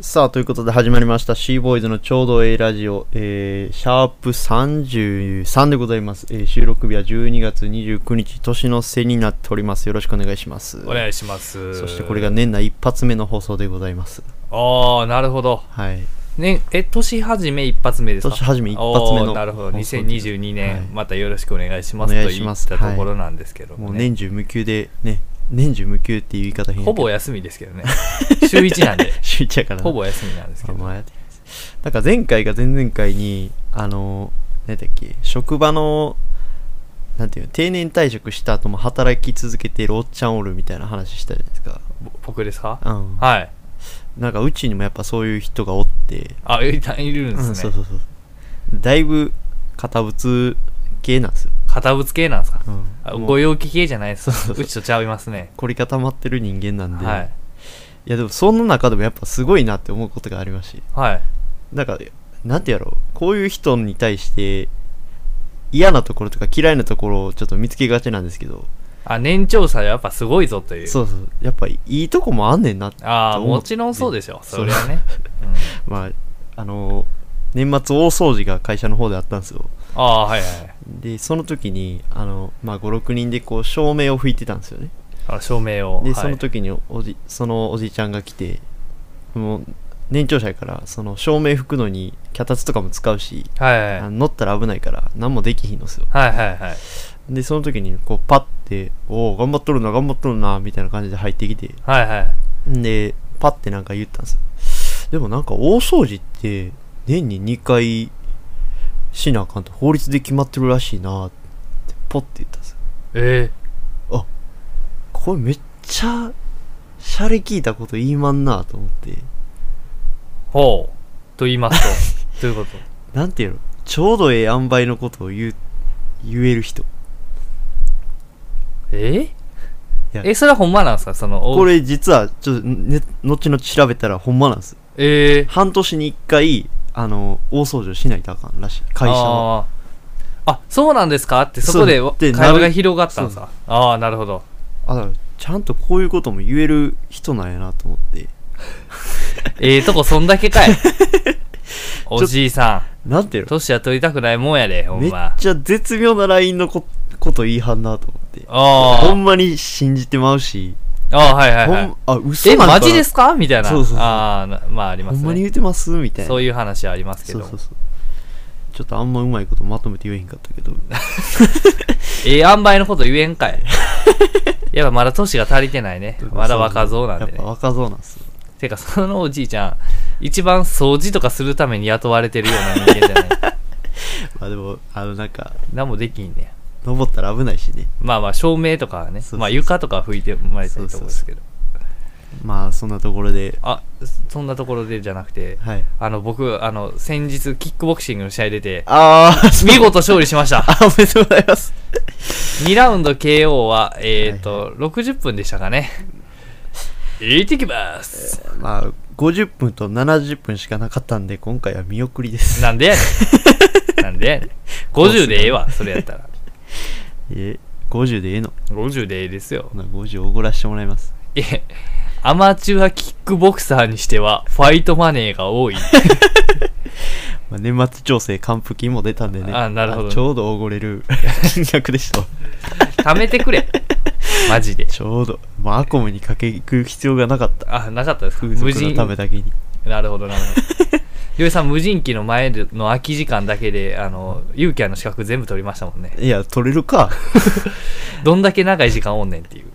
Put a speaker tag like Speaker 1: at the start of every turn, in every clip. Speaker 1: さあ、ということで始まりました、シーボーイズのちょうどええラジオ、えーシャープ33でございます、えー収録日は12月29日、年の瀬になっております。よろしくお願いします。
Speaker 2: お願いします
Speaker 1: そしてこれが年内一発目の放送でございます。
Speaker 2: ああなるほど、
Speaker 1: はい。
Speaker 2: ね、え年始め一発目ですか
Speaker 1: 年始め一発目の
Speaker 2: おーなるほど
Speaker 1: 放送で
Speaker 2: 2022年、
Speaker 1: はい
Speaker 2: またよろしくお願いします
Speaker 1: お
Speaker 2: と
Speaker 1: 願いし
Speaker 2: 言
Speaker 1: ま
Speaker 2: っ
Speaker 1: す
Speaker 2: たところなんですけど
Speaker 1: も
Speaker 2: も
Speaker 1: う
Speaker 2: ね、
Speaker 1: 年中無休で、ね、年中無休っていう言い方変やけど
Speaker 2: ほぼ休みですけどね 週1なんで
Speaker 1: 週一やからな
Speaker 2: ほぼ休みなんですけ
Speaker 1: まあ
Speaker 2: ど
Speaker 1: まあやってますなんか前回が前々回にあの何だっけ職場のなんていうの定年退職した後も働き続けてるおっちゃんおるみたいな話したじゃないですか、
Speaker 2: ぼ僕ですか
Speaker 1: うん、
Speaker 2: はい
Speaker 1: なんかうちにもやっぱそういう人がおって
Speaker 2: あいたいるんですね、
Speaker 1: うん、そうそうそうだいぶ堅物系なんですよ、
Speaker 2: 堅物系なんですか、あ
Speaker 1: うん、も
Speaker 2: ご
Speaker 1: う
Speaker 2: 陽気系じゃないです
Speaker 1: そうそうそう
Speaker 2: うちとちゃいますね
Speaker 1: 凝り固まってる人間なんで、
Speaker 2: はいい、
Speaker 1: やでもその中でもやっぱすごいなって思うことがありまして
Speaker 2: はい
Speaker 1: なんか、なんてやろう、こういう人に対して、嫌なところとか嫌いなところをちょっと見つけがちなんですけど、
Speaker 2: あ年長者やっぱすごいぞという
Speaker 1: そうそう、やっぱいいとこもあんねんなって、
Speaker 2: ああ
Speaker 1: と思っ
Speaker 2: も
Speaker 1: て
Speaker 2: ちろんそうでしょ
Speaker 1: そう
Speaker 2: それはね、うん
Speaker 1: まあ、あの、年末大掃除が会社の方であったんですよ。
Speaker 2: ああはいはいはい
Speaker 1: で、その時に、あの、まあ、5、6人でこう、照明を吹いてたんですよね。
Speaker 2: あの照明を
Speaker 1: で、
Speaker 2: はい
Speaker 1: その時におじ、そのおじいちゃんが来て、もう、年長者やから、その、照明吹くのに、脚立とかも使うし、
Speaker 2: はい
Speaker 1: あ
Speaker 2: はい
Speaker 1: の乗ったら危ないから、何もできひんのですよ。
Speaker 2: はいはいはい
Speaker 1: で、その時に、こう、パッて、おお、頑張っとるな、頑張っとるな、みたいな感じで入ってきて、
Speaker 2: はいはい
Speaker 1: んで、パッてなんか言ったんです。でもなんか、大掃除って、年に2回しなあかんと、法律で決まってるらしいな、って、ポッて言ったんです。
Speaker 2: え
Speaker 1: これめっちゃ、シャレ聞いたこと言いまんな、と思って。
Speaker 2: ー、ほうと言います とどういうこと
Speaker 1: なんていうのちょうどええ塩梅のことを言う、言える人。
Speaker 2: え
Speaker 1: いや
Speaker 2: えそれはほんまなんすかそのお
Speaker 1: これ実は、ちょっと、ね、後々調べたらほんまなんです。
Speaker 2: えー、
Speaker 1: 半年に1回あの大掃除をしないとあかんらしい会社は
Speaker 2: あーあそうなんですかってそこで
Speaker 1: そう
Speaker 2: わ
Speaker 1: って
Speaker 2: 会
Speaker 1: なる
Speaker 2: 話が広がったんさああなるほど
Speaker 1: あだからちゃんとこういうことも言える人なんやなと思って
Speaker 2: ええとこそんだけ かいおじいさ
Speaker 1: なんていうんの
Speaker 2: 年は取りたくないもんやでほ
Speaker 1: め
Speaker 2: ん
Speaker 1: っ
Speaker 2: ま
Speaker 1: ちゃ絶妙なラインのここと言いはんなと思って
Speaker 2: あ
Speaker 1: ほ
Speaker 2: ー
Speaker 1: んまに信じてまうし、
Speaker 2: あーはいはいは
Speaker 1: ほ
Speaker 2: い
Speaker 1: んあ嘘
Speaker 2: え
Speaker 1: なんかな
Speaker 2: マジですかみたいな
Speaker 1: そうそうそう
Speaker 2: ああなまあありま
Speaker 1: ほん
Speaker 2: す
Speaker 1: まに
Speaker 2: ね
Speaker 1: 言うてますみたいな
Speaker 2: そういう話はありますけ
Speaker 1: そ
Speaker 2: ど
Speaker 1: うそうそうちょっとあんまうまいことまとめて言えへんかったけど
Speaker 2: ええ塩梅のこと言えんか いやっぱまだ年が足りてないね まだ若造なんで
Speaker 1: やっぱ
Speaker 2: ね
Speaker 1: 若造なんですよ
Speaker 2: てかそのおじいちゃん一番掃除とかするために雇われてるような人間じ ゃない
Speaker 1: まあでもあのなんか
Speaker 2: 何もできんねや
Speaker 1: 登ったら危ないしね
Speaker 2: まあまあ照明とかは
Speaker 1: そうそ
Speaker 2: ね
Speaker 1: うそう
Speaker 2: まあ床とかは拭いてもらいたいところですけど
Speaker 1: まあそんなところで
Speaker 2: あそんなところでじゃなくて
Speaker 1: はい
Speaker 2: あの僕あの先日キックボクシングの試合出て
Speaker 1: ああ
Speaker 2: 見事勝利しました
Speaker 1: あおめでとうございます
Speaker 2: 2ラウンド KO はえっ、ー、と、60分でしたかね行ってきます
Speaker 1: まあ、50分と70分しかなかったんで、今回は見送りです。
Speaker 2: なんでやね ん。なんでやねん。50でええわ、それやったら。
Speaker 1: え、50でええの
Speaker 2: 50でええですよ
Speaker 1: ほ。な50おごらしてもらいます。
Speaker 2: いえ、アマチュアキックボクサーにしては、ファイトマネーが多い。
Speaker 1: まあ、年末調整還付金も出たんでね。
Speaker 2: あなるほど
Speaker 1: あちょうどおごれ る金額でした。
Speaker 2: 貯めてくれ。マジで。
Speaker 1: ちょうど。まあ、アコムにかけ行く必要がなかった。
Speaker 2: あ、なかったですか
Speaker 1: 風
Speaker 2: 無
Speaker 1: 俗の
Speaker 2: 人。
Speaker 1: ためだけに。
Speaker 2: なるほど、なるほど。りょういさん、無人機の前での空き時間だけで、あの、ユーキャンの資格全部取りましたもんね。
Speaker 1: いや、取れる か。
Speaker 2: どんだけ長い時間おんねんっていう。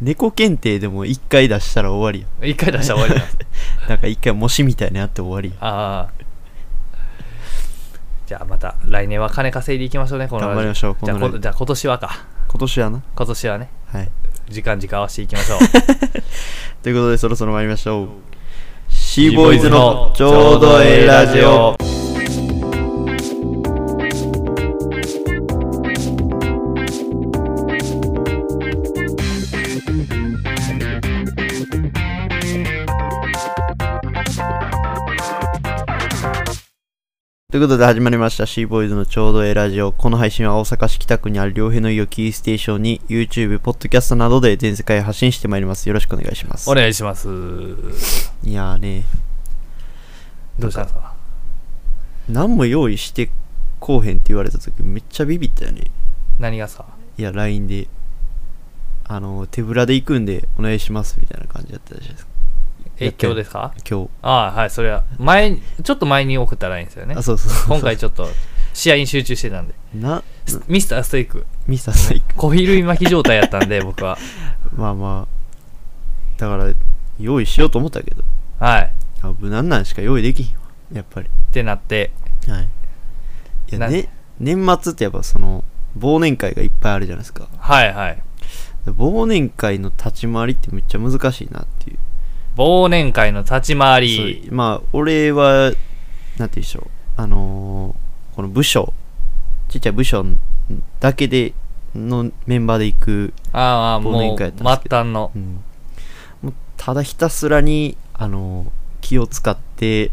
Speaker 1: 猫検定でも1回出したら終わりや
Speaker 2: 一回出したら終わりなんです。
Speaker 1: なんか1回模試みたいなやって終わりや
Speaker 2: ああ。じゃあまた来年は金稼いでいきましょうね、このラジ
Speaker 1: 頑
Speaker 2: オ
Speaker 1: 張りましょうこ
Speaker 2: じゃ
Speaker 1: のラ
Speaker 2: あ
Speaker 1: ジオ
Speaker 2: こじゃあ今年はか。
Speaker 1: 今年はな。
Speaker 2: 今年はね、
Speaker 1: はい。
Speaker 2: 時間時間合わせていきましょう。
Speaker 1: ということで、そろそろ参りましょう。シーボーイズのちょうどええラジオ。。ということで始まりましたシーボーイズのちょうどええラジオ。この配信は大阪市北区にある両平の家をキーステーションに YouTube、ポッドキャストなどで全世界へ発信してまいります。よろしくお願いします
Speaker 2: お。願いします。
Speaker 1: いやーね、
Speaker 2: どうしたんですか
Speaker 1: 何も用意してこうへんって言われた時めっちゃビビったよね
Speaker 2: 何がさ
Speaker 1: いや LINE であの手ぶらで行くんでお願いしますみたいな感じだったじゃないですかや
Speaker 2: 影
Speaker 1: って
Speaker 2: 響ですか
Speaker 1: 今
Speaker 2: ああはいそれは前ちょっと前に送ったラインですよ
Speaker 1: 日、
Speaker 2: ね
Speaker 1: あそうそう
Speaker 2: 今回ちょっと試合に集中してたんで
Speaker 1: な
Speaker 2: スミスターストイック
Speaker 1: ミサさん行く
Speaker 2: 小比類巻き状態やっ たんで僕は
Speaker 1: まあまあだから用意しようと思ったけど
Speaker 2: はい
Speaker 1: あ無難なんしか用意できひんわやっぱり
Speaker 2: ってなって
Speaker 1: はいいや
Speaker 2: な
Speaker 1: ね年末ってやっぱその忘年会がいっぱいあるじゃないですか
Speaker 2: はいはい
Speaker 1: 忘年会の立ち回りってめっちゃ難しいなっていう
Speaker 2: 忘年会の立ち回り
Speaker 1: そうまあ俺はなんて言うんでしょうあのーこの部署ちっちゃい部署だけでのメンバーで行く、忘
Speaker 2: ああも
Speaker 1: 年
Speaker 2: う
Speaker 1: 会やっ
Speaker 2: 末
Speaker 1: たんですけど
Speaker 2: 端の
Speaker 1: うんもうただひたすらに、あのー気を使って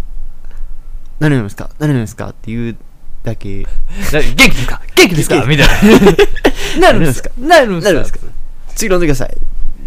Speaker 1: 何飲みますか何飲みますかっていうだけ
Speaker 2: だ元気ですか元気ですかみたい ななるんですかなる
Speaker 1: なる
Speaker 2: ん
Speaker 1: ん
Speaker 2: で
Speaker 1: です
Speaker 2: す
Speaker 1: か
Speaker 2: か
Speaker 1: 次飲んでください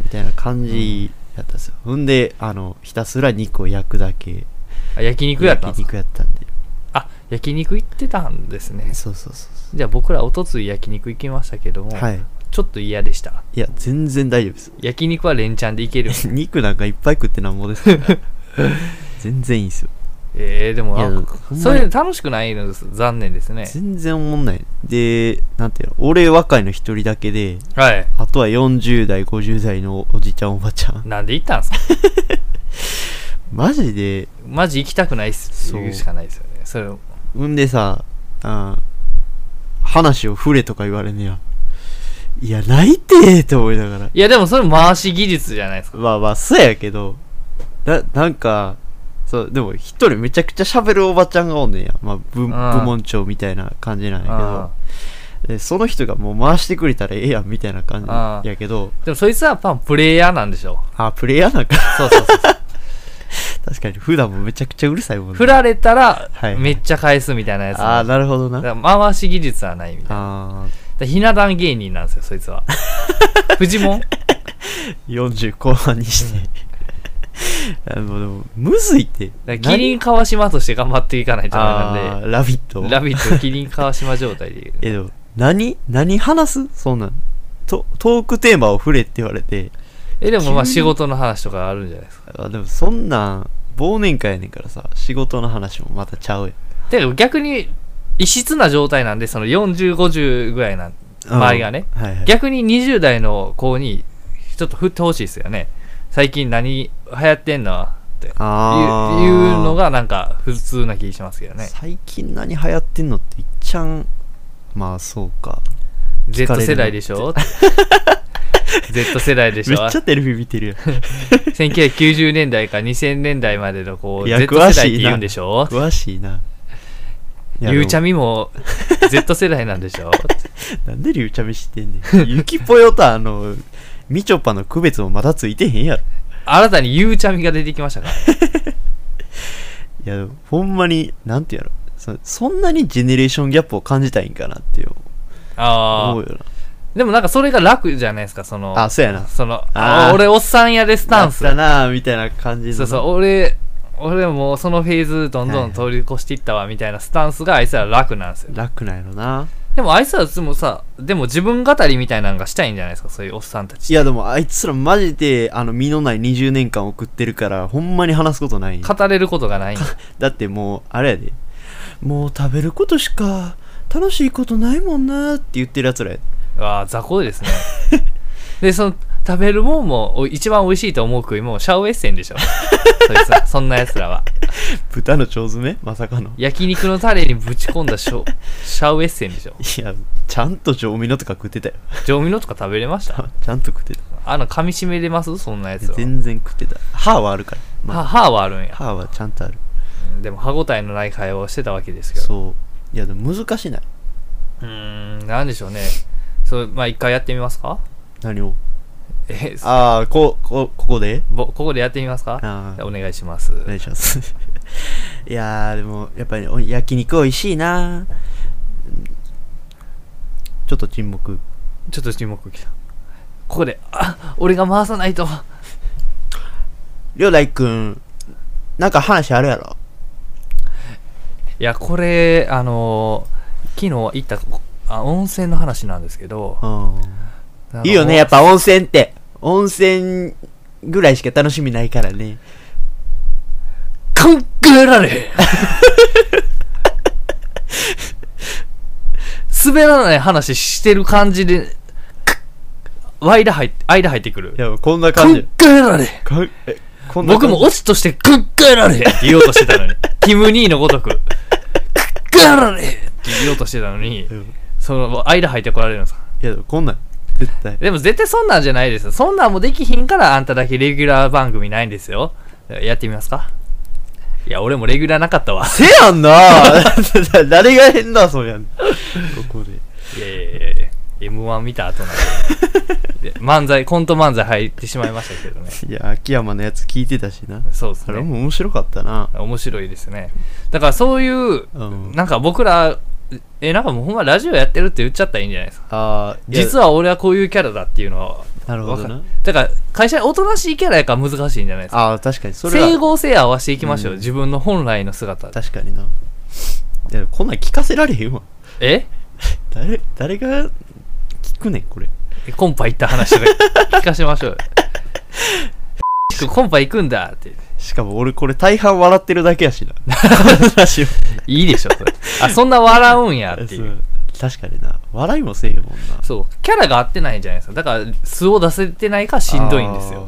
Speaker 1: みたいな感じやったんですよ、ほんであのひたすら肉を焼くだけ
Speaker 2: あ焼肉やったん
Speaker 1: 焼
Speaker 2: です
Speaker 1: 肉
Speaker 2: か
Speaker 1: やったんで
Speaker 2: あ焼肉行ってたんですね
Speaker 1: そうそうそうそ
Speaker 2: じゃあ僕らおとつい焼肉行きましたけども、
Speaker 1: うはい
Speaker 2: ちょっと嫌でした
Speaker 1: いや全然大丈夫です
Speaker 2: 焼肉は連チャンでいける
Speaker 1: 肉なんかいっぱい食ってなんぼですから 全然いいんすよ、
Speaker 2: えー、でも
Speaker 1: いやほ
Speaker 2: なん
Speaker 1: んま
Speaker 2: か
Speaker 1: に
Speaker 2: それ楽しくないのです残念ですね
Speaker 1: 全然おもんないでなんていうの俺若いの一人だけで
Speaker 2: はい
Speaker 1: あとは40代50代のおじちゃんおばち ゃん
Speaker 2: なんで行ったんですか
Speaker 1: マジで
Speaker 2: マジ行きたくないっすって
Speaker 1: そ
Speaker 2: 言う
Speaker 1: う
Speaker 2: しかないですよねそれを
Speaker 1: うんでさあ話を振れとか言われんねやいやないてと思いながら
Speaker 2: いやでもそれ回し技術じゃないですか
Speaker 1: まあまあそうやけどななんかそうでも一人めちゃくちゃ喋るおばちゃんがおんねんや、まあ、部部門長みたいな感じなんやけど
Speaker 2: あ
Speaker 1: でその人がもう回してくれたらええやんみたいな感
Speaker 2: ああ
Speaker 1: じやけど
Speaker 2: ーでもそいつはパンプレイヤーなんでしょ
Speaker 1: あプレイヤーなんか
Speaker 2: そうそうそう
Speaker 1: 確かに普段もめちゃくちゃうるさいもんね
Speaker 2: 振られたら
Speaker 1: はい
Speaker 2: めっちゃ返すみたいなやつ
Speaker 1: ああ
Speaker 2: なんで
Speaker 1: なるほど
Speaker 2: だ
Speaker 1: な
Speaker 2: から回し技術はないみたいな
Speaker 1: あ
Speaker 2: だからひな壇芸人なんですよそい つはフジモン
Speaker 1: あ40後半にして、あのでもむずいって
Speaker 2: だからキリン川島として頑張っていかないとダメな
Speaker 1: あ
Speaker 2: ん
Speaker 1: あーラビット
Speaker 2: で「ラビット!」キリン川島状態で
Speaker 1: えでも何何話すそんなんとトークテーマを触れって言われて
Speaker 2: えでもまあ仕事の話とかあるんじゃないですか
Speaker 1: あでもそんなん忘年会やねんからさ仕事の話もまたちゃうやん
Speaker 2: てか逆に異質な状態なんでその4050ぐらいなん周りがね
Speaker 1: はいはい
Speaker 2: 逆に20代の子にちょっと振ってほしいですよね最近何流行ってんのっていう
Speaker 1: あー
Speaker 2: いうのがなんか普通な気しますけどね
Speaker 1: 最近何流行ってんのっていっちゃんまあそうか
Speaker 2: Z 世代でし ょ Z 世代でし
Speaker 1: めっ
Speaker 2: ょ
Speaker 1: ちゃテレビ見て るやん
Speaker 2: 1990年代から2000年代までのこう
Speaker 1: いや
Speaker 2: Z 世
Speaker 1: 詳しいな
Speaker 2: 代って言うんでしょ
Speaker 1: 詳しいな
Speaker 2: ゆうちゃ
Speaker 1: み
Speaker 2: みも Z 世代なんでしょ
Speaker 1: なんでりゅうちゃみ知ってんねんゆきぽよとあのみちょぱの区別もまだついてへんやろ
Speaker 2: 新たにゆうちゃみが出てきましたから
Speaker 1: いやでもほんまになんてやろそそんなにジェネレーションギャップを感じたいんかなって
Speaker 2: あ
Speaker 1: 思う
Speaker 2: あ
Speaker 1: よ
Speaker 2: でもなんかそれが楽じゃないですかその
Speaker 1: なあそうやな
Speaker 2: その
Speaker 1: あー
Speaker 2: あ俺おっさんやでスタンス
Speaker 1: だなみたいな感じの
Speaker 2: そうそう俺俺もうそのフェーズどんどん通り越していったわみたいなスタンスがあいつら楽なんですよ
Speaker 1: 楽なんやろな
Speaker 2: でもあいつらでもさでも自分語りみたいなのがしたいんじゃないですかそういうおっさんたち
Speaker 1: いやでもあいつらマジであの身のない20年間送ってるからほんまに話すことないんや
Speaker 2: 語れることが ないんで
Speaker 1: だってもうあれやでもう食べることしか楽しいことないもんなって言ってるやつらやで
Speaker 2: わあ雑魚ですねでその食べるもんもお一番美味しいと思う食いもんシャウエッセン でしょそいつはそんなやつらは
Speaker 1: 豚の腸詰めまさかのい
Speaker 2: 焼肉のタレにぶち込んだ シャシャウエッセンでしょ
Speaker 1: やちゃんと調味料とか食ってたよ
Speaker 2: 上味のとか食べれました
Speaker 1: ちゃんと食ってた
Speaker 2: あの噛み締めれますそんなやつは
Speaker 1: 全然食ってた歯はあるから、ま
Speaker 2: は
Speaker 1: あ、
Speaker 2: 歯はあるんや
Speaker 1: 歯はちゃんとある
Speaker 2: でも歯応えのない会話をしてたわけですけど
Speaker 1: そういやでも難しないう
Speaker 2: ーんなんでしょうねそうまあ一回やってみますか
Speaker 1: 何を
Speaker 2: えそ
Speaker 1: ああここここで
Speaker 2: ぼここでやってみますか
Speaker 1: ああ
Speaker 2: お願いします
Speaker 1: お願いします いやーでもやっぱりお焼肉美味しいなちょっと沈黙
Speaker 2: ちょっと沈黙きたここであ俺が回さないと
Speaker 1: りょうだいくんなんか話あるやろ
Speaker 2: いや、これ、あのー昨日行ったあ温泉の話なんですけど、あの
Speaker 1: いいよね、やっぱ温泉って。温泉ぐらいしか楽しみないからね。
Speaker 2: 考えられへん滑らない話してる感じで、く間入って、間入ってくる。
Speaker 1: や、こんな
Speaker 2: 考えられへん
Speaker 1: かえこんな
Speaker 2: 僕
Speaker 1: 感じ
Speaker 2: もオチとして考えられへんって言おうとしてた のに。キム兄のごとく。考えられへんって言おうとしてたのに
Speaker 1: う、ん
Speaker 2: その間入ってこられるのさ。
Speaker 1: いや、こんなん、絶対。
Speaker 2: でも絶対そんなんじゃないですよ。そんなんもできひんからあんただけレギュラー番組ないんですよ。やってみますかいや、俺もレギュラーなかったわ。
Speaker 1: せやんな 誰が変だ、そりゃ。ここで。
Speaker 2: いやいやいやいや M1 見た後なんでで漫才、コント漫才入ってしまいましたけどね。
Speaker 1: いや、秋山のやつ聞いてたしな。
Speaker 2: そうです
Speaker 1: あれ
Speaker 2: ね。
Speaker 1: も面白かったな。
Speaker 2: 面白いですね。だからそういう、
Speaker 1: うん
Speaker 2: なんか僕ら、え、なんかもうほんまラジオやってるって言っちゃったらいいんじゃないですか。
Speaker 1: あーいや
Speaker 2: 実は俺はこういうキャラだっていうのは。
Speaker 1: なるほど
Speaker 2: わ
Speaker 1: な
Speaker 2: か。だから会社におとなしいキャラやから難しいんじゃないですか。
Speaker 1: ああ、確かに。それ
Speaker 2: 整
Speaker 1: は、
Speaker 2: 合性合わせていきましょう。
Speaker 1: うん
Speaker 2: 自分の本来の姿。
Speaker 1: 確かにな。いや、こんなん聞かせられへんわ。
Speaker 2: え
Speaker 1: 誰、誰が聞くねん、これ。
Speaker 2: コンパ行った話とか聞かせましょうよ。 コンパ行くんだって。
Speaker 1: しかも俺これ大半笑ってるだけやしな。 話を
Speaker 2: いいでしょ、それ。あ、そんな笑うんやっていう。
Speaker 1: そう確かにな。笑いもせえへんもんな。
Speaker 2: そう。キャラが合ってないじゃないですか。だから、素を出せてないからしんどいんですよ。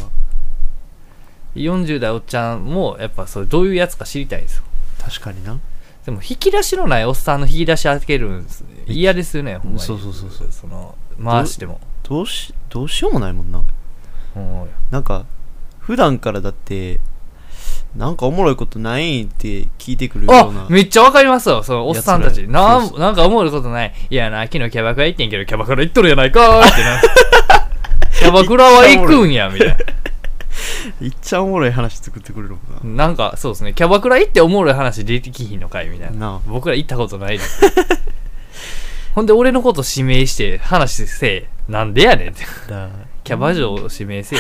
Speaker 2: 40代おっちゃんも、やっぱそれどういうやつか知りたいんですよ。
Speaker 1: あー。確かにな。
Speaker 2: でも、引き出しのないおっさんの引き出し開けるんです。嫌ですよね、ほんまに。
Speaker 1: そうそうそうそう
Speaker 2: その、回しても。
Speaker 1: どうし、どうしようもないもんな。
Speaker 2: うん
Speaker 1: なんか、普段からだって、なんかおもろいことないんって聞いてくるよう
Speaker 2: あ
Speaker 1: な。
Speaker 2: めっちゃわかりますよ、そのおっさんた
Speaker 1: や
Speaker 2: ち。
Speaker 1: つらや
Speaker 2: な
Speaker 1: そうそ
Speaker 2: んなんか思うことない。いやな、昨日キャバクラ行ってんけど、キャバクラ行っとるやないかーってな。 キャバクラは行くんや、みたいな。
Speaker 1: いっちゃおもろい話作ってくれるもんな。
Speaker 2: なんか、そうですね。キャバクラ行っておもろい話出てきひんのかいみたい
Speaker 1: な
Speaker 2: な
Speaker 1: あ。
Speaker 2: 僕ら行ったことないです。ほんで、俺のこと指名して、話せえ。なんでやねんって。
Speaker 1: だ
Speaker 2: キャバ嬢を指名 せえ。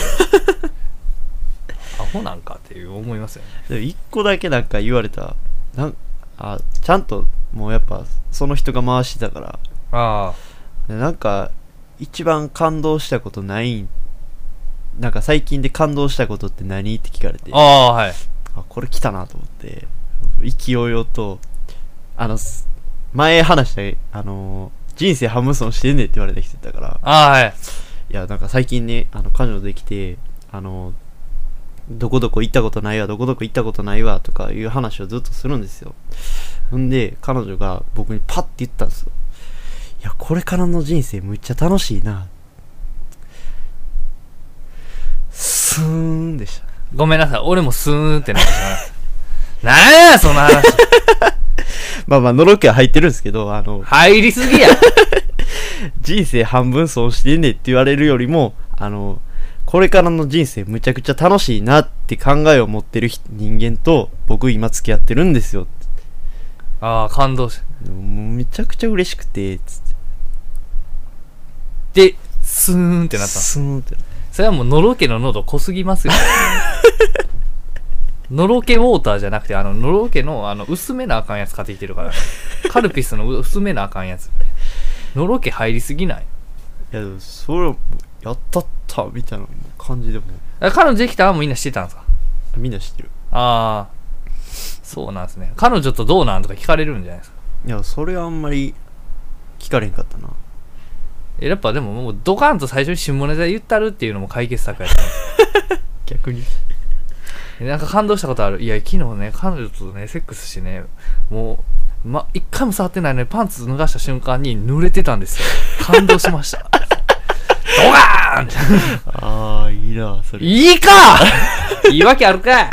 Speaker 2: アホなんかっていう思いますよね。
Speaker 1: でも一個だけなんか言われた。なんあちゃんともうやっぱその人が回してたから
Speaker 2: あ
Speaker 1: でなんか一番感動したことないんなんか最近で感動したことって何って聞かれて
Speaker 2: あ。ああ、はい。
Speaker 1: あこれ来たなと思って勢いよとあのす前話したあの人生ハムソンしてんねんって言われてきてたから
Speaker 2: ああ、はい。
Speaker 1: いやなんか最近ねあの彼女できてあのどこどこ行ったことないわどこどこ行ったことないわとかいう話をずっとするんですよほんで彼女が僕にパッて言ったんですよいやこれからの人生むっちゃ楽しいなスーンでした
Speaker 2: ごめんなさい。俺もスーンってなってしまいました。なんや、その話。
Speaker 1: まあまあのろけは入ってるんですけどあの
Speaker 2: 入りすぎや。
Speaker 1: 人生半分損してんねって言われるよりもあのこれからの人生むちゃくちゃ楽しいなって考えを持ってる人人間と僕今付き合ってるんですよ
Speaker 2: ああ、感動し。
Speaker 1: もうめちゃくちゃ嬉しくてつって
Speaker 2: で、スーンってなったの
Speaker 1: スーンってなっ
Speaker 2: それはもう、のろけの喉濃すぎますよ。のろけウォーターじゃなくて、あの、のろけの、あの、薄めなあかんやつ買ってきてるから。カルピスの薄めなあかんやつ。のろけ入りすぎない。
Speaker 1: たいやでもそれをやったったみたいな感じでも
Speaker 2: あ彼女できたんみんなしてたんですか
Speaker 1: うみんな知ってる
Speaker 2: ああ。そうなんですね。彼女とどうなんとか聞かれるんじゃないですか。
Speaker 1: いやそれはあんまり聞かれへんかったな
Speaker 2: え、やっぱでももうドカンと最初に下ネタ言ったるっていうのも解決策やったんです
Speaker 1: 逆に
Speaker 2: えなんか感動したことある。いや、昨日ね、彼女とね、セックスしてね、もう、ま、一回も触ってないのにパンツ脱がした瞬間に濡れてたんですよ。感動しました。ドカーン
Speaker 1: ああいいなそれ
Speaker 2: い いか言い訳あるか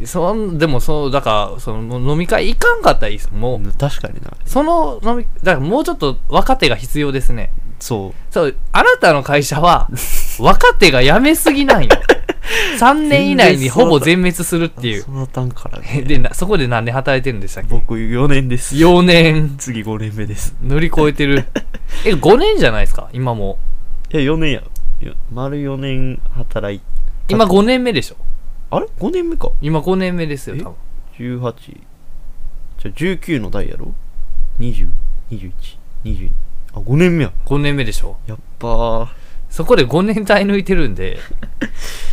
Speaker 2: いそん、でも、そう、だから、その、飲み会行かんかったらいいです。もう、
Speaker 1: 確かにな
Speaker 2: その飲み、だからもうちょっと若手が必要ですね。
Speaker 1: そう
Speaker 2: そう、あなたの会社 は、若手が辞めすぎ なんよ。3年以内にほぼ全滅するっていう。
Speaker 1: そのたんから
Speaker 2: え
Speaker 1: ね
Speaker 2: で、なそこで何年働いてるんでしたっけ
Speaker 1: 僕4年です
Speaker 2: ?4 年
Speaker 1: 次5年目です
Speaker 2: 乗り越え てる。え、5年じゃないですか今も。
Speaker 1: いや、4年や。いや丸4年働い
Speaker 2: 今5年目でしょ
Speaker 1: あれ ?5 年目か。
Speaker 2: 今5年目ですよ、多分。
Speaker 1: 18じゃあ19の代やろ202122あ5年目や
Speaker 2: 5年目でしょ
Speaker 1: やっぱ
Speaker 2: そこで5年耐え抜いてる んで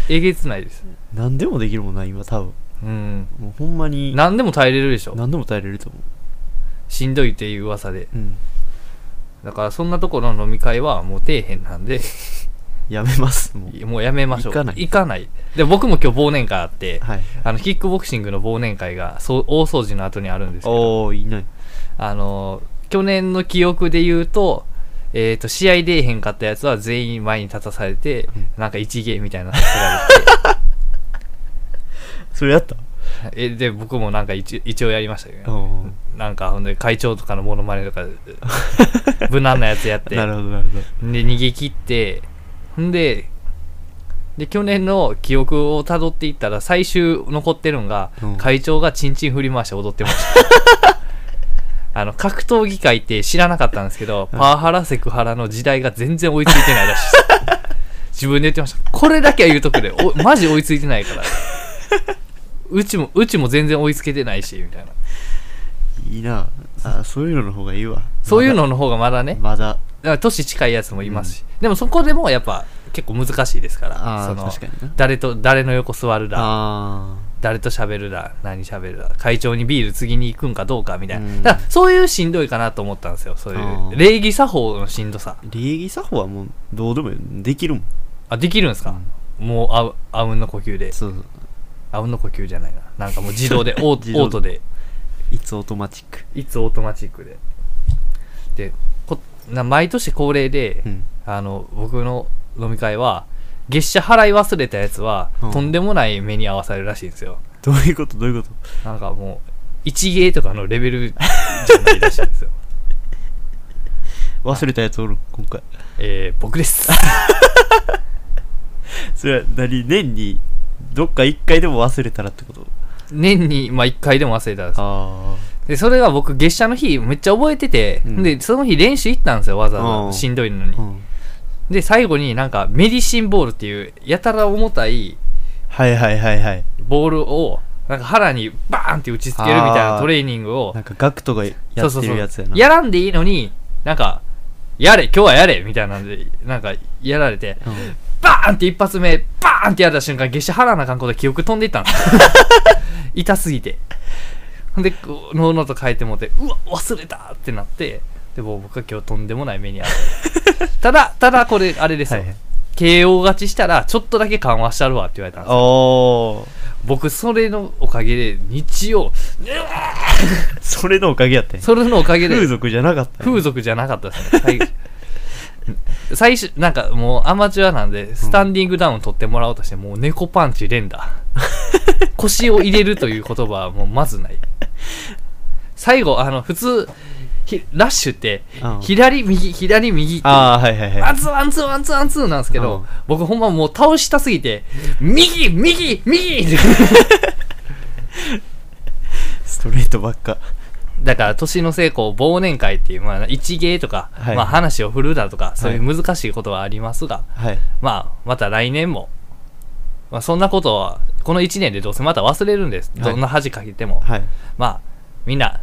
Speaker 2: えげつないです
Speaker 1: 何でもできるもんな今多分
Speaker 2: うん
Speaker 1: もうほんまに
Speaker 2: 何でも耐えれるでしょ
Speaker 1: 何でも耐えれると思
Speaker 2: しんどいっていう噂で
Speaker 1: ううん
Speaker 2: だからそんなところの飲み会はもう底辺なんで
Speaker 1: やめますもう
Speaker 2: もうやめましょう
Speaker 1: 行かない
Speaker 2: 行かないで僕も今日忘年会あって
Speaker 1: はい
Speaker 2: あのキックボクシングの忘年会がそう大掃除の後にあるんですけど
Speaker 1: おーいいね
Speaker 2: あの去年の記憶で言うと,、えー、と試合出えへんかったやつは全員前に立たされて、なんか一芸みたいなのさ せられて
Speaker 1: それやった
Speaker 2: えで僕もなんか一一応やりましたけど、
Speaker 1: お
Speaker 2: なんかほんで会長とかのモノマネとか無難なやつや って
Speaker 1: ーなるほどなるほど
Speaker 2: で逃げ切ってほんでで去年の記憶をたどっていったら最終残ってるんが、
Speaker 1: うん
Speaker 2: 会長がチンチン振り回して踊ってました あの格闘技界って知らなかったんですけど、パワハラセクハラの時代が全然追いついてないらしいです 自分で言ってましたこれだけは言うとくでおマジ追いついてないからうちもうちも全然追いつけてないしみたいない
Speaker 1: いなあそういうのの方がいいわ
Speaker 2: そういうのの方がまだね
Speaker 1: まだ
Speaker 2: だから年近いやつもいますし、でもそこでもやっぱ結構難しいですから
Speaker 1: あ
Speaker 2: そ
Speaker 1: あ
Speaker 2: の
Speaker 1: 確かにな
Speaker 2: 誰と誰の横座るだ
Speaker 1: あ
Speaker 2: 誰と喋るだ何喋るだ会長にビール次に行くんかどうかみたいな、
Speaker 1: うん
Speaker 2: だからそういうしんどいかなと思ったんですよそうい
Speaker 1: あ
Speaker 2: う
Speaker 1: ー
Speaker 2: 礼儀作法のしんどさ
Speaker 1: ー礼儀作法はもうどうでもいいできるもん
Speaker 2: あできるんですか、もうあうあうんの呼吸で
Speaker 1: そうそう
Speaker 2: あうんの呼吸じゃないななんかもう自動で オー
Speaker 1: 自
Speaker 2: オ
Speaker 1: 動
Speaker 2: ートで
Speaker 1: いつオートマチック
Speaker 2: いつオートマチックででこな毎年恒例で、
Speaker 1: うん
Speaker 2: あの僕の飲み会は月謝払い忘れたやつは、
Speaker 1: うん
Speaker 2: とんでもない目に遭わされるらしいんですよ
Speaker 1: どういうことどういうこ
Speaker 2: なんかもう一芸とかのレベルじゃないらしいんで すよ
Speaker 1: と忘れたやつおる今回
Speaker 2: えー、僕です
Speaker 1: それは何年にどっか一回でも忘れたらってこと
Speaker 2: 年に、まあ、1回でも忘れたんです
Speaker 1: あ
Speaker 2: でそれが僕月謝の日めっちゃ覚えてて、
Speaker 1: うん
Speaker 2: でその日練習行ったんですよわざわ
Speaker 1: うん
Speaker 2: ざしんどいのに、
Speaker 1: あうん
Speaker 2: で最後になんかメディシンボールっていうやたら重たい
Speaker 1: はいはいはいはい
Speaker 2: ボールをなんか腹にバーンって打ちつけるみたいな
Speaker 1: あー
Speaker 2: トレーニングを
Speaker 1: なんかガクトがやってるやつやな
Speaker 2: やらんでいいのになんかやれ今日はやれみたいなんでなんかやられて
Speaker 1: うん
Speaker 2: バーンって一発目バーンってやられた瞬間月謝払わなあかんことで記憶飛んでいったん です痛すぎてほんでこうのうのうと書いてもってうわ忘れたってなってでもう僕は今日とんでもない目に遭って ただただこれあれですよ、
Speaker 1: はいはい
Speaker 2: KO 勝ちしたらちょっとだけ緩和したるわって言われたんですよ
Speaker 1: おー
Speaker 2: 僕それのおかげで日曜
Speaker 1: それのおかげやったんや
Speaker 2: それのおかげで
Speaker 1: 風俗じゃなかったんや
Speaker 2: 風俗じゃなかったですね最最初なんかもうアマチュアなんでスタンディングダウン取ってもらおうとしてもう猫パンチ連打腰を入れるという言葉はもうまずない最後あの普通ひラッシュって
Speaker 1: うん
Speaker 2: 左右左右って
Speaker 1: ああはいはい
Speaker 2: ア
Speaker 1: はい
Speaker 2: ンツーアンツーアンツーアンツーなんですけど、
Speaker 1: うん
Speaker 2: 僕ほんまもう倒したすぎて右右右って
Speaker 1: ストレートばっか
Speaker 2: だから年の成功忘年会っていう、まあ、一芸とか、
Speaker 1: はい
Speaker 2: まあ、話を振るだとかそういう難しいことはありますが、
Speaker 1: はい
Speaker 2: まあ、また来年も、まあ、そんなことは、この1年でどうせまた忘れるんです。
Speaker 1: はい
Speaker 2: どんな恥かけても。
Speaker 1: はい
Speaker 2: まあ、みんな、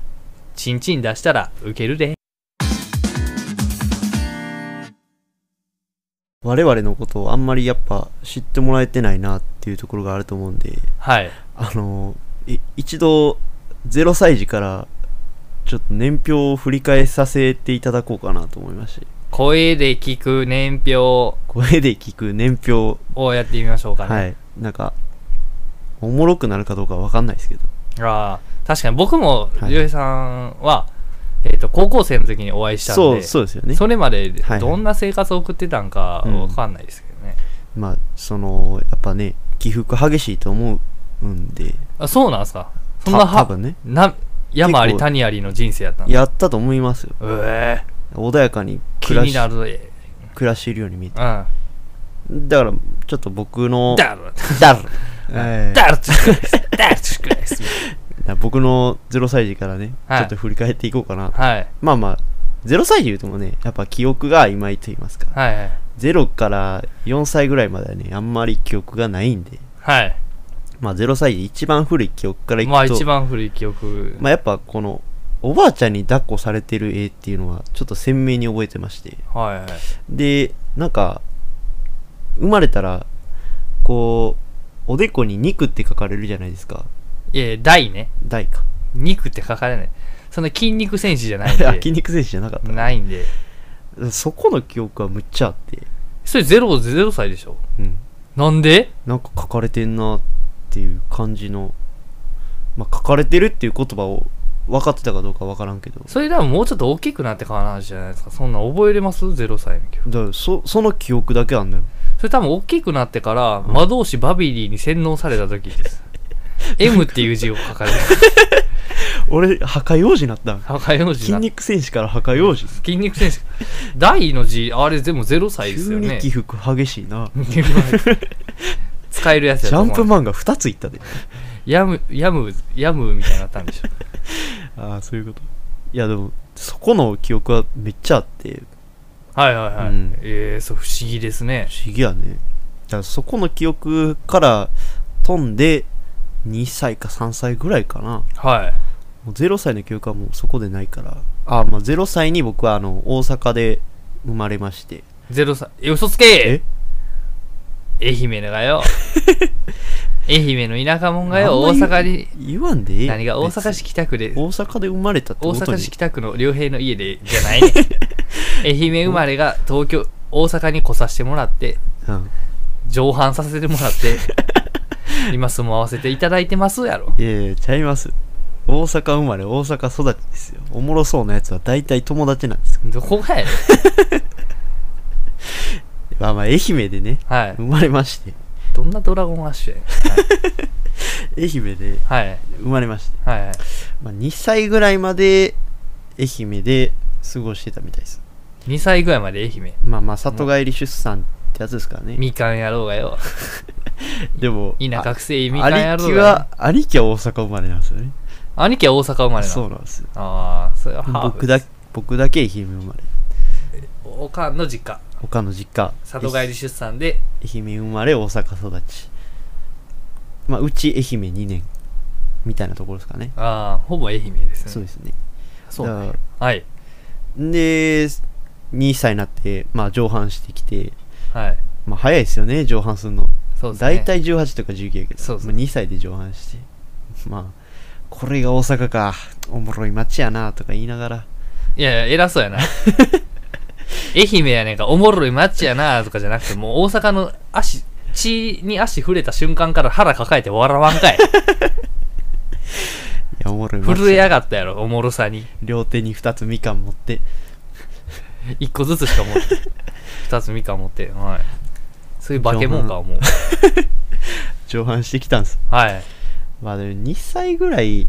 Speaker 2: チンチン出したらウケるで。
Speaker 1: 我々のことをあんまりやっぱ知ってもらえてないなっていうところがあると思うんで
Speaker 2: はい。
Speaker 1: あのい一度0歳児からちょっと年表を振り返させていただこうかなと思いまして
Speaker 2: 声で聞く年表を
Speaker 1: 声で聞く年表
Speaker 2: やってみましょうかね。
Speaker 1: はいなんかおもろくなるかどうかわかんないですけど
Speaker 2: あー確かに僕も、
Speaker 1: はい
Speaker 2: りょうへいさんは、えっ、と、高校生の時にお会いしたんで、
Speaker 1: そうそうですよね
Speaker 2: それまで
Speaker 1: はい
Speaker 2: どんな生活を送ってたんかわかんないですけどね。
Speaker 1: まあそのやっぱね起伏激しいと思うんで
Speaker 2: あそうなんすかそんな
Speaker 1: た多
Speaker 2: は、
Speaker 1: 分ね
Speaker 2: な、山あり
Speaker 1: 結構
Speaker 2: 谷ありの人生やったんですか
Speaker 1: やったと思いますよ
Speaker 2: うえ
Speaker 1: 穏やかに
Speaker 2: 気
Speaker 1: 暮ら
Speaker 2: に
Speaker 1: し
Speaker 2: なるで。
Speaker 1: 暮らしているように見えて
Speaker 2: うん。
Speaker 1: だからちょっと僕の
Speaker 2: だろ
Speaker 1: だる、えー
Speaker 2: だろつくです。だろつくです。
Speaker 1: 僕の0歳児からね、
Speaker 2: はい
Speaker 1: ちょっと振り返っていこうかな。
Speaker 2: はい。
Speaker 1: まあまあ、0歳児言うてもね、やっぱ記憶が曖昧と言いますか、
Speaker 2: はいはい。
Speaker 1: 0から4歳ぐらいまではね、あんまり記憶がないんで、
Speaker 2: はい。
Speaker 1: まあ0歳で一番古い記憶からいくと、
Speaker 2: まあ一番古い記憶、
Speaker 1: まあやっぱこのおばあちゃんに抱っこされてる絵っていうのはちょっと鮮明に覚えてまして
Speaker 2: はいはい
Speaker 1: でなんか生まれたらこうおでこに肉って書かれるじゃないですか
Speaker 2: いやいや大ね
Speaker 1: 大か
Speaker 2: 肉って書かれないそんな筋肉戦士じゃないん
Speaker 1: あ
Speaker 2: で
Speaker 1: 筋肉選手じゃなかった
Speaker 2: ないんで
Speaker 1: そこの記憶はむっちゃあって
Speaker 2: それゼロゼロ歳でしょ
Speaker 1: うん
Speaker 2: なんで
Speaker 1: なんか書かれてんなっていう感じのまあ書かれてるっていう言葉を分かってたかどうか分からんけど
Speaker 2: それでももうちょっと大きくなってからの話じゃないですかそんな覚えれますゼロ歳の記憶
Speaker 1: だからそその記憶だけあんのよ
Speaker 2: それ多分大きくなってから
Speaker 1: ん
Speaker 2: 魔導士バビリーに洗脳された時です M っていう字を書かれる
Speaker 1: 俺破壊王子になったん
Speaker 2: 破壊用字
Speaker 1: 筋
Speaker 2: な
Speaker 1: 肉戦士から破壊王子
Speaker 2: 筋肉戦士大の字あれ全部ゼロ歳です
Speaker 1: 急
Speaker 2: よ
Speaker 1: に
Speaker 2: ね
Speaker 1: 起伏激しいな
Speaker 2: 使えるやつ
Speaker 1: ジ
Speaker 2: やと
Speaker 1: ャ
Speaker 2: 思
Speaker 1: ン
Speaker 2: う
Speaker 1: プ漫画2ついったで
Speaker 2: ヤムヤムヤムみたいになったんでし ょ
Speaker 1: ああそういうこといやでもそこの記憶はめっちゃあって
Speaker 2: はいはいはい、
Speaker 1: うん
Speaker 2: ええそう不思議ですね
Speaker 1: 不思議やねだからそこの記憶から飛んで2歳か3歳ぐらいかな
Speaker 2: はい
Speaker 1: もう0歳の記憶はもうそこでないからあまあ0歳に僕はあの大阪で生まれまして
Speaker 2: ゼロ歳え嘘つけ愛媛のが よ愛媛の田舎もんがよ
Speaker 1: あ
Speaker 2: 大
Speaker 1: んま
Speaker 2: 阪に
Speaker 1: 言わんでええ
Speaker 2: 何が大阪市北区で
Speaker 1: 別に大阪で生まれたって
Speaker 2: 大
Speaker 1: こと
Speaker 2: 阪
Speaker 1: に
Speaker 2: 市北区の良平の家でじゃな いね愛媛生まれが東京大阪に来させてもらって
Speaker 1: うん
Speaker 2: 上半させてもらって 今住まわせていただいてますやろ
Speaker 1: いやいやちゃいます大阪生まれ大阪育ちですよおもろそうなやつは大体友達なんですけ
Speaker 2: どこがやねん
Speaker 1: どまあまあ愛媛でね
Speaker 2: はい
Speaker 1: 生まれまして
Speaker 2: どんなドラゴンアッシュやね
Speaker 1: 愛媛で
Speaker 2: んはい
Speaker 1: 生まれまして、
Speaker 2: はいはい
Speaker 1: まあ、2歳ぐらいまで愛媛で過ごしてたみたいです
Speaker 2: 2歳ぐらいまで愛媛
Speaker 1: まあまあ里帰り出産ってやつですからね
Speaker 2: みかん野郎がよ
Speaker 1: でも
Speaker 2: 田舎くせえみ
Speaker 1: あ
Speaker 2: かん
Speaker 1: 兄
Speaker 2: 野郎
Speaker 1: 貴
Speaker 2: が
Speaker 1: は兄貴は大阪生まれなんですよね
Speaker 2: 兄貴は大阪生まれな
Speaker 1: そ
Speaker 2: の
Speaker 1: うなんですよ
Speaker 2: ああそれはハーフ
Speaker 1: 僕だ僕だけ愛媛生まれ
Speaker 2: おかんの実家
Speaker 1: 他の実家
Speaker 2: 里帰り出産で
Speaker 1: 愛媛生まれ大阪育ちまあうち愛媛2年みたいなところですかね、
Speaker 2: ああほぼ愛媛ですね
Speaker 1: そうですね
Speaker 2: そうね
Speaker 1: だか
Speaker 2: はい
Speaker 1: らで2歳になってまあ上半してきて
Speaker 2: はい
Speaker 1: まあ早いですよね上半するの
Speaker 2: そうですね
Speaker 1: 大体18とか19やけど
Speaker 2: そうですね
Speaker 1: まあ2歳で上半してまあこれが大阪かおもろい街やなとか言いながら
Speaker 2: いやいや偉そうやな愛媛やねんかおもろい街やなとかじゃなくてもう大阪の足血に足触れた瞬間から腹抱えて笑わ んかい
Speaker 1: いやおもろい
Speaker 2: 震
Speaker 1: 街
Speaker 2: えやがったやろおもろさに
Speaker 1: 両手に2つみかん持って
Speaker 2: 一個ずつしか持って二つみかん持ってはいそういう化け物かもう
Speaker 1: 上半してきたんです
Speaker 2: はい
Speaker 1: まあでも2歳ぐらい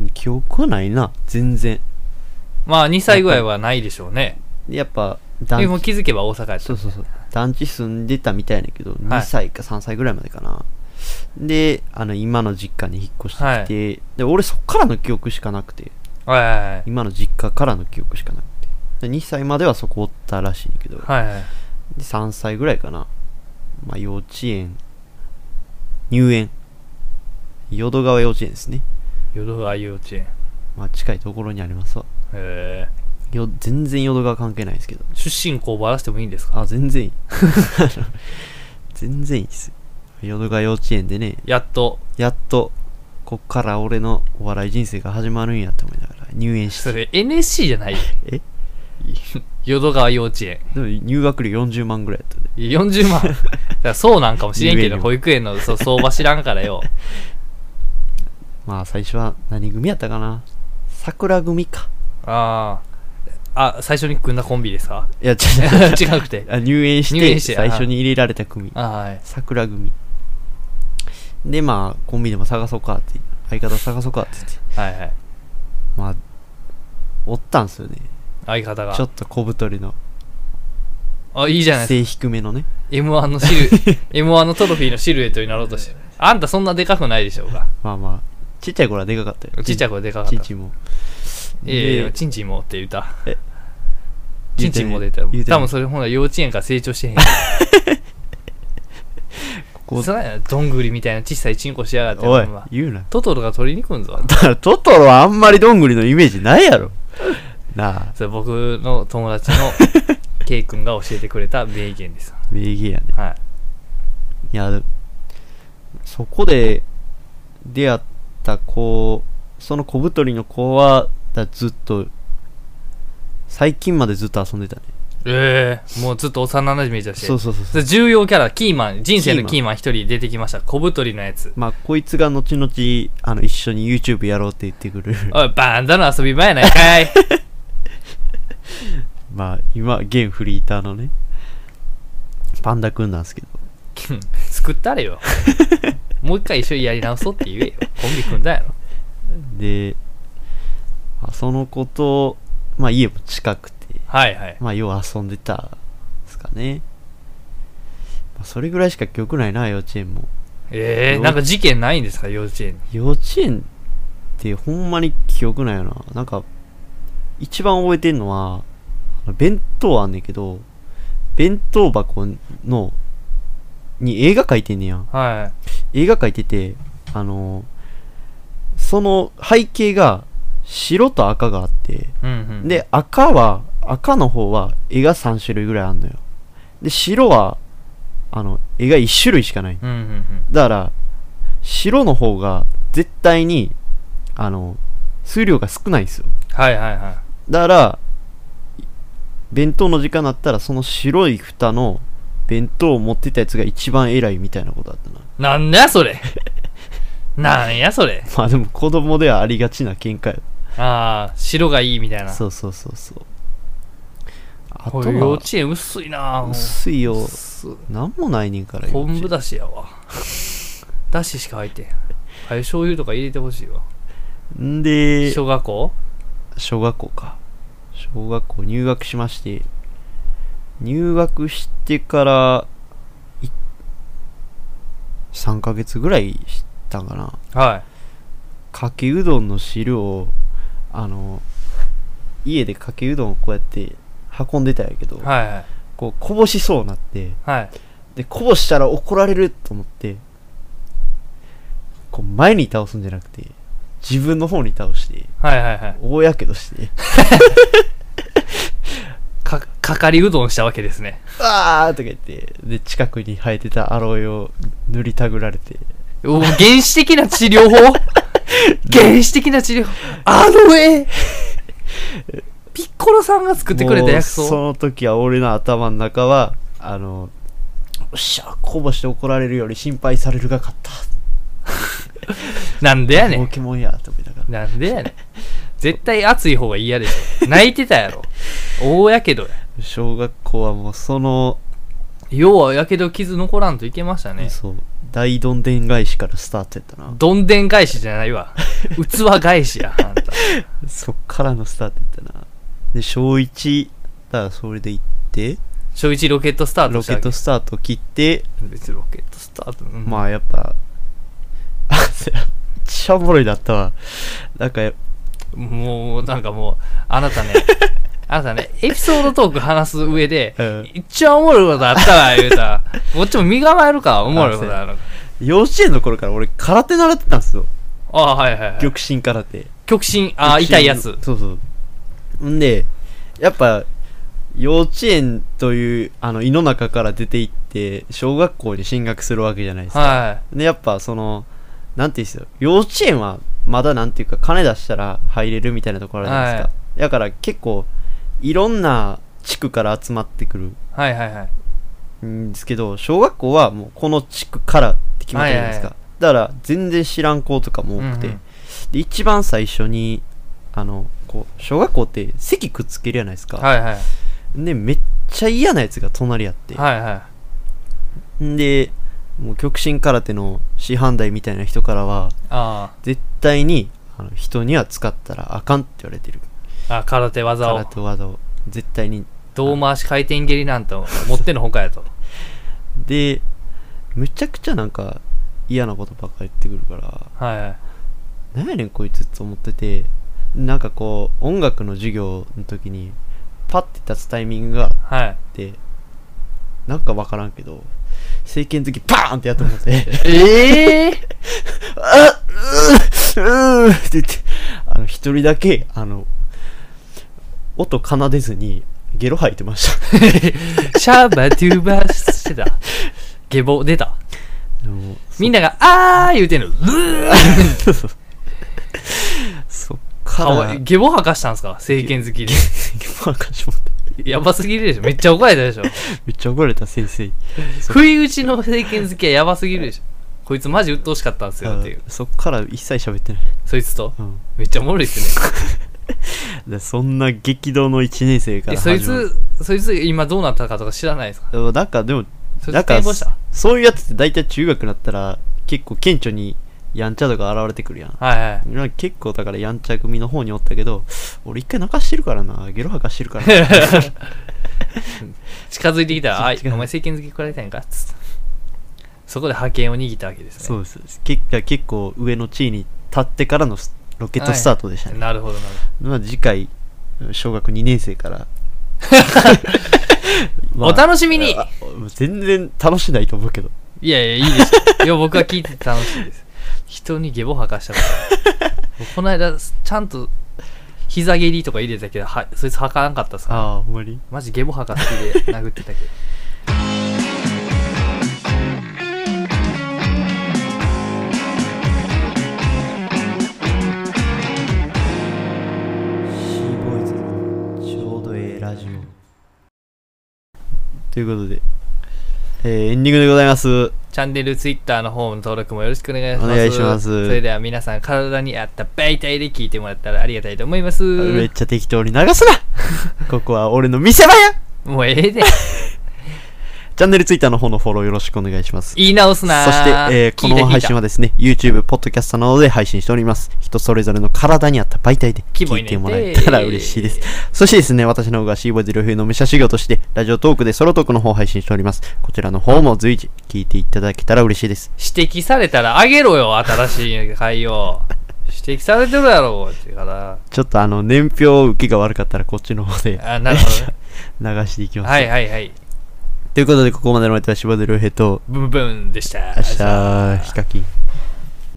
Speaker 1: うん記憶はないな全然
Speaker 2: まあ2歳ぐらいはないでしょうね
Speaker 1: でやっぱ
Speaker 2: で
Speaker 1: 団
Speaker 2: も
Speaker 1: 地
Speaker 2: 気づけば大阪やった
Speaker 1: そうそうそう団地住んでたみたいだけど、2歳か3歳ぐらいまでかなであの今の実家に引っ越してきて、で俺そっからの記憶しかなくて
Speaker 2: はいはいはい
Speaker 1: 今の実家からの記憶しかなくてで2歳まではそこおったらしいんだけど、
Speaker 2: はいはい
Speaker 1: で3歳ぐらいかなまあ幼稚園入園淀川幼稚園ですね
Speaker 2: 淀川幼稚園
Speaker 1: まあ近いところにありますわ
Speaker 2: へえ
Speaker 1: よ全然淀川関係ないですけど
Speaker 2: 出身校ばらしてもいいんですか
Speaker 1: あ全然い いあの全然いいですよ淀川幼稚園でね
Speaker 2: やっと
Speaker 1: やっとこっから俺のお笑い人生が始まるんやって思いながら入園し
Speaker 2: そ
Speaker 1: て
Speaker 2: れ NSC じゃない
Speaker 1: え
Speaker 2: 淀川幼稚園
Speaker 1: でも入学料40万ぐらいやったで
Speaker 2: 40万 だからそうなんかもしれんけ
Speaker 1: 言え
Speaker 2: ど
Speaker 1: よ
Speaker 2: 保育園のそう相場知らんからよ
Speaker 1: まあ最初は何組やったかな桜組か
Speaker 2: あああ最初に組んだコンビで すか
Speaker 1: いや違
Speaker 2: 違くて
Speaker 1: うあ入園し
Speaker 2: 入園
Speaker 1: て
Speaker 2: して
Speaker 1: 最初に入れられた組
Speaker 2: あはい
Speaker 1: 桜組でまあコンビでも探そうかって相方探そうかって言って
Speaker 2: はいはい
Speaker 1: まあおったんすよね
Speaker 2: 相方が
Speaker 1: ちょっと小太りの
Speaker 2: あいいじゃないですか
Speaker 1: 背低めのね
Speaker 2: m 1のシ ル m 1のトロフィーのシルエットになろうとしてるあんたそんなでかくないでしょうか
Speaker 1: まあまあちっちゃい頃はでかかったよ
Speaker 2: ちっちゃい
Speaker 1: 頃
Speaker 2: 子でかか
Speaker 1: ち
Speaker 2: っ
Speaker 1: ん
Speaker 2: た
Speaker 1: ちんも
Speaker 2: いやいや
Speaker 1: で
Speaker 2: ちんちんもって言うた
Speaker 1: え
Speaker 2: ちんちんも出たよ
Speaker 1: 言うてない
Speaker 2: 多分それほら幼稚園から成長してへん
Speaker 1: ここう
Speaker 2: そらやどんぐりみたいな小さいチンコしやがって
Speaker 1: おい
Speaker 2: ほんま
Speaker 1: 言うな
Speaker 2: トトロが取りに来 んぞ
Speaker 1: だからトトロはあんまりどんぐりのイメージないやろなあ
Speaker 2: それ僕の友達の K 君が教えてくれた名言です
Speaker 1: 名義やね
Speaker 2: はい
Speaker 1: いやでそこで出会った子その小太りの子はだずっと最近までずっと遊んでたね
Speaker 2: ええもうずっと幼なじみじゃし
Speaker 1: そうそうそうそう
Speaker 2: で重要キャラキーマン人生のキーマン一人出てきました小太りのやつ
Speaker 1: まあこいつが後々あの一緒に YouTube やろうって言ってくる
Speaker 2: おいバンダの遊び場やないか い
Speaker 1: まあ今現フリーターのねパンダくんなんですけど
Speaker 2: 救ったれよもう一回一緒にやり直そうって言 えよコンビ組んだやろ
Speaker 1: で、まあその子と、まあ家も近くて、
Speaker 2: はいはい
Speaker 1: まあよう遊んでたんですかね。まあそれぐらいしか記憶ないな、幼稚園も。
Speaker 2: ええ
Speaker 1: よ
Speaker 2: なんか事件ないんですか幼稚園に
Speaker 1: 幼稚園ってほんまに記憶ないよな。なんか、一番覚えてんのは、あの弁当あんねんけど、弁当箱の、に映画描いてんねやん。
Speaker 2: は
Speaker 1: 映画描いてて、あの、その背景が白と赤があって、
Speaker 2: いうんうん
Speaker 1: で、赤は、赤の方は絵が3種類ぐらいあんのよ。で、白は、あの、絵が1種類しかない。
Speaker 2: うんうんうん
Speaker 1: だから、白の方が絶対に、あの、数量が少ないんですよ。
Speaker 2: はいはいはい
Speaker 1: だから、弁当の時間になったら、その白い蓋の弁当を持ってたやつが一番偉いみたいなことだったな。
Speaker 2: なんだそ れなんやそれ
Speaker 1: まあでも子供ではありがちな見解
Speaker 2: ああ白がいいみたいな
Speaker 1: そうそうそうそう。あと
Speaker 2: これ幼
Speaker 1: は
Speaker 2: 稚、園薄いなあもう
Speaker 1: 薄いよ。
Speaker 2: 薄
Speaker 1: なんもないねんから、幼稚園
Speaker 2: 昆布だしやわだししか入ってへんはい醤油とか入れてほしいわ
Speaker 1: んで、
Speaker 2: 小学校
Speaker 1: 小学校か。小学校入学しまして、入学してから、い3ヶ月ぐらいしたんかな。
Speaker 2: は
Speaker 1: かけうどんの汁を、あの、家でかけうどんをこうやって運んでたんやけど、
Speaker 2: いはいはい
Speaker 1: こうこぼしそうなって、
Speaker 2: はい
Speaker 1: で、こぼしたら怒られると思って、こう前に倒すんじゃなくて、自分の方に倒して、
Speaker 2: はいはいはい
Speaker 1: 大やけどして、
Speaker 2: かかかりうどんしたわけですね
Speaker 1: わーとか言って、で、近くに生えてたアロエを塗りたぐられて、
Speaker 2: お原始的な 治療法原始的な治療法あの絵ピッコロさんが作ってくれた薬
Speaker 1: もう
Speaker 2: 草
Speaker 1: その時は俺の頭の中は、あの、よっしゃ、こぼして怒られるより心配されるが勝った。
Speaker 2: なんでやね
Speaker 1: ポ
Speaker 2: ん
Speaker 1: ケモンや、と思いながら。
Speaker 2: なんでやねん絶対熱い方が嫌でしょ泣いてた やろ大やけどや
Speaker 1: 小学校はもうその、
Speaker 2: 要はやけど傷残らんといけましたね
Speaker 1: そう、大どんでん返しからスタートやったな。
Speaker 2: どんでん返しじゃな いわ器返しやあんた
Speaker 1: そっからのスタートやったな。で、小1、だからそれで行って、
Speaker 2: 小一ロケットスタート
Speaker 1: ロ
Speaker 2: し
Speaker 1: ケ
Speaker 2: たわ
Speaker 1: ッ
Speaker 2: け
Speaker 1: トスタート切って、
Speaker 2: 別にロケットスタート、うん
Speaker 1: まあやっぱ、あ、それ、一番おもろいだったわ。なんか、
Speaker 2: もうなんかもうあなたね あなたねエピソードトーク話す上で
Speaker 1: うん
Speaker 2: 一番おもろいことあった わ言うたらこっちも身構えるかおもろいことある
Speaker 1: 幼稚園の頃から俺空手習ってたんですよ。
Speaker 2: ああはいはい、はい、
Speaker 1: 極真空手。
Speaker 2: 極真ああ痛いやつ
Speaker 1: そうそう。んで、やっぱ、幼稚園という、あの、胃の中から出て行って、小学校に進学するわけじゃないですか。
Speaker 2: は
Speaker 1: で、やっぱその、なんていうんですよ。幼稚園は、まだなんていうか、金出したら入れるみたいなところあるじゃないですか。だから結構、いろんな地区から集まってくる
Speaker 2: いはいはいはい
Speaker 1: んですけど小学校はもうこの地区からって決まってるんですか、
Speaker 2: は
Speaker 1: だから全然知らん子とかも多くて、
Speaker 2: うんうん
Speaker 1: で一番最初にあのこう小学校って席くっつけるじゃないですか、
Speaker 2: はいはい
Speaker 1: でめっちゃ嫌なやつが隣やって、
Speaker 2: はいは
Speaker 1: んでもう極真空手の師範代みたいな人からはい
Speaker 2: あ
Speaker 1: 絶対にあの人には使ったらあかんって言われてる
Speaker 2: ああ空手技
Speaker 1: 空
Speaker 2: を
Speaker 1: 手技を絶対に
Speaker 2: 胴回し回転蹴りなんて持ってのほかやと
Speaker 1: でむちゃくちゃなんか嫌なことばっか言ってくるから
Speaker 2: はいはい
Speaker 1: なんやねんこいつと思っててなんかこう音楽の授業の時にパッて立つタイミングがあっ
Speaker 2: はい
Speaker 1: てなんかわからんけど政権好きバーンってやってもら って、
Speaker 2: ええ
Speaker 1: あうーうーって言って、あの、一人だけ、あの、音奏でずに、ゲロ吐いてました。
Speaker 2: シャーバデューバーしてた。下ボ出た。
Speaker 1: あの
Speaker 2: みんなが、あー言うてんの。ルー
Speaker 1: そうそう そっか、
Speaker 2: からわいい下ボ吐かしたんすか政権好きで。
Speaker 1: バカしもって
Speaker 2: やばすぎるでしょ。めっちゃ怒られたでしょ。
Speaker 1: めっちゃ怒られた先生に
Speaker 2: 不意打ちの政権好きはやばすぎるでしょ。こいつマジ鬱陶しかったんですよっていう。
Speaker 1: あそっから一切喋ってない、
Speaker 2: そいつと。
Speaker 1: うん
Speaker 2: めっちゃおもろいっすね。
Speaker 1: でそんな激動の1年生か
Speaker 2: え、
Speaker 1: ら
Speaker 2: そい
Speaker 1: 始まる
Speaker 2: つ、そいつ今どうなったかとか知らないですか
Speaker 1: でもなんかでも
Speaker 2: そいつ
Speaker 1: なんか
Speaker 2: 転校した
Speaker 1: そういうやつって大体中学になったら結構顕著にやんちゃとか現れてくるやん
Speaker 2: はいはい。
Speaker 1: 俺は結構だからやんちゃ組の方におったけど俺一回泣かしてるからなゲロ吐かしてるからな
Speaker 2: 近づいてきたら、あい、
Speaker 1: 違
Speaker 2: お
Speaker 1: う
Speaker 2: 前政権好き食らいたいんかつってそこで覇権を握ったわけです
Speaker 1: そ
Speaker 2: ね。
Speaker 1: うです結果結構上の地位に立ってからのスロケットスタートでしたね、
Speaker 2: なるほど、なる
Speaker 1: まあ、次回小学2年生 から、
Speaker 2: ほど。お楽しみに
Speaker 1: あ全然楽しないと思うけど
Speaker 2: いやいや、いいですよ。いや、僕は聞いてて楽しいです。人にゲボ吐かしたから。僕この間、ちゃんと、膝蹴りとか入れたけど、はそいつ吐かなかったっすから。
Speaker 1: ああほんまに
Speaker 2: マジゲボ吐かす気で殴ってたけど。
Speaker 1: シーボーイズのちょうどええラジオということで、えーエンディングでございます
Speaker 2: チャンネル、ツイッターの方の登録もよろしくお願いします。
Speaker 1: お願いします
Speaker 2: それでは皆さん、体に合った媒体で聞いてもらったらありがたいと思います。
Speaker 1: めっちゃ適当に流すな ここは俺の見せ場や
Speaker 2: もうええで。
Speaker 1: チャンネルツイッターの方のフォローよろしくお願いします
Speaker 2: 言い直すなー
Speaker 1: そして、えーこの配信
Speaker 2: は
Speaker 1: はですね、YouTube、ポッドキャストなどで配信しております。人それぞれの体に合った媒体で
Speaker 2: キ
Speaker 1: 聞
Speaker 2: モい
Speaker 1: い
Speaker 2: ね
Speaker 1: てもらえたら嬉しいです。そしてですね、私の方がシーボジル風の武者修行として、ラジオトークでソロトークの方を配信しております。こちらの方も随時聞いていただけたら嬉しいです。
Speaker 2: 指摘されたらあげろよ新しい回を指摘されてるやろっていうから
Speaker 1: ちょっとあの、年表受けが悪かったらこっちの方で
Speaker 2: あなるほ どね
Speaker 1: 流していきます。
Speaker 2: はいはいはい
Speaker 1: ということで、ここまでのお相手はシーボジルヘと、
Speaker 2: ブンブンでした
Speaker 1: 明日、ヒカキン。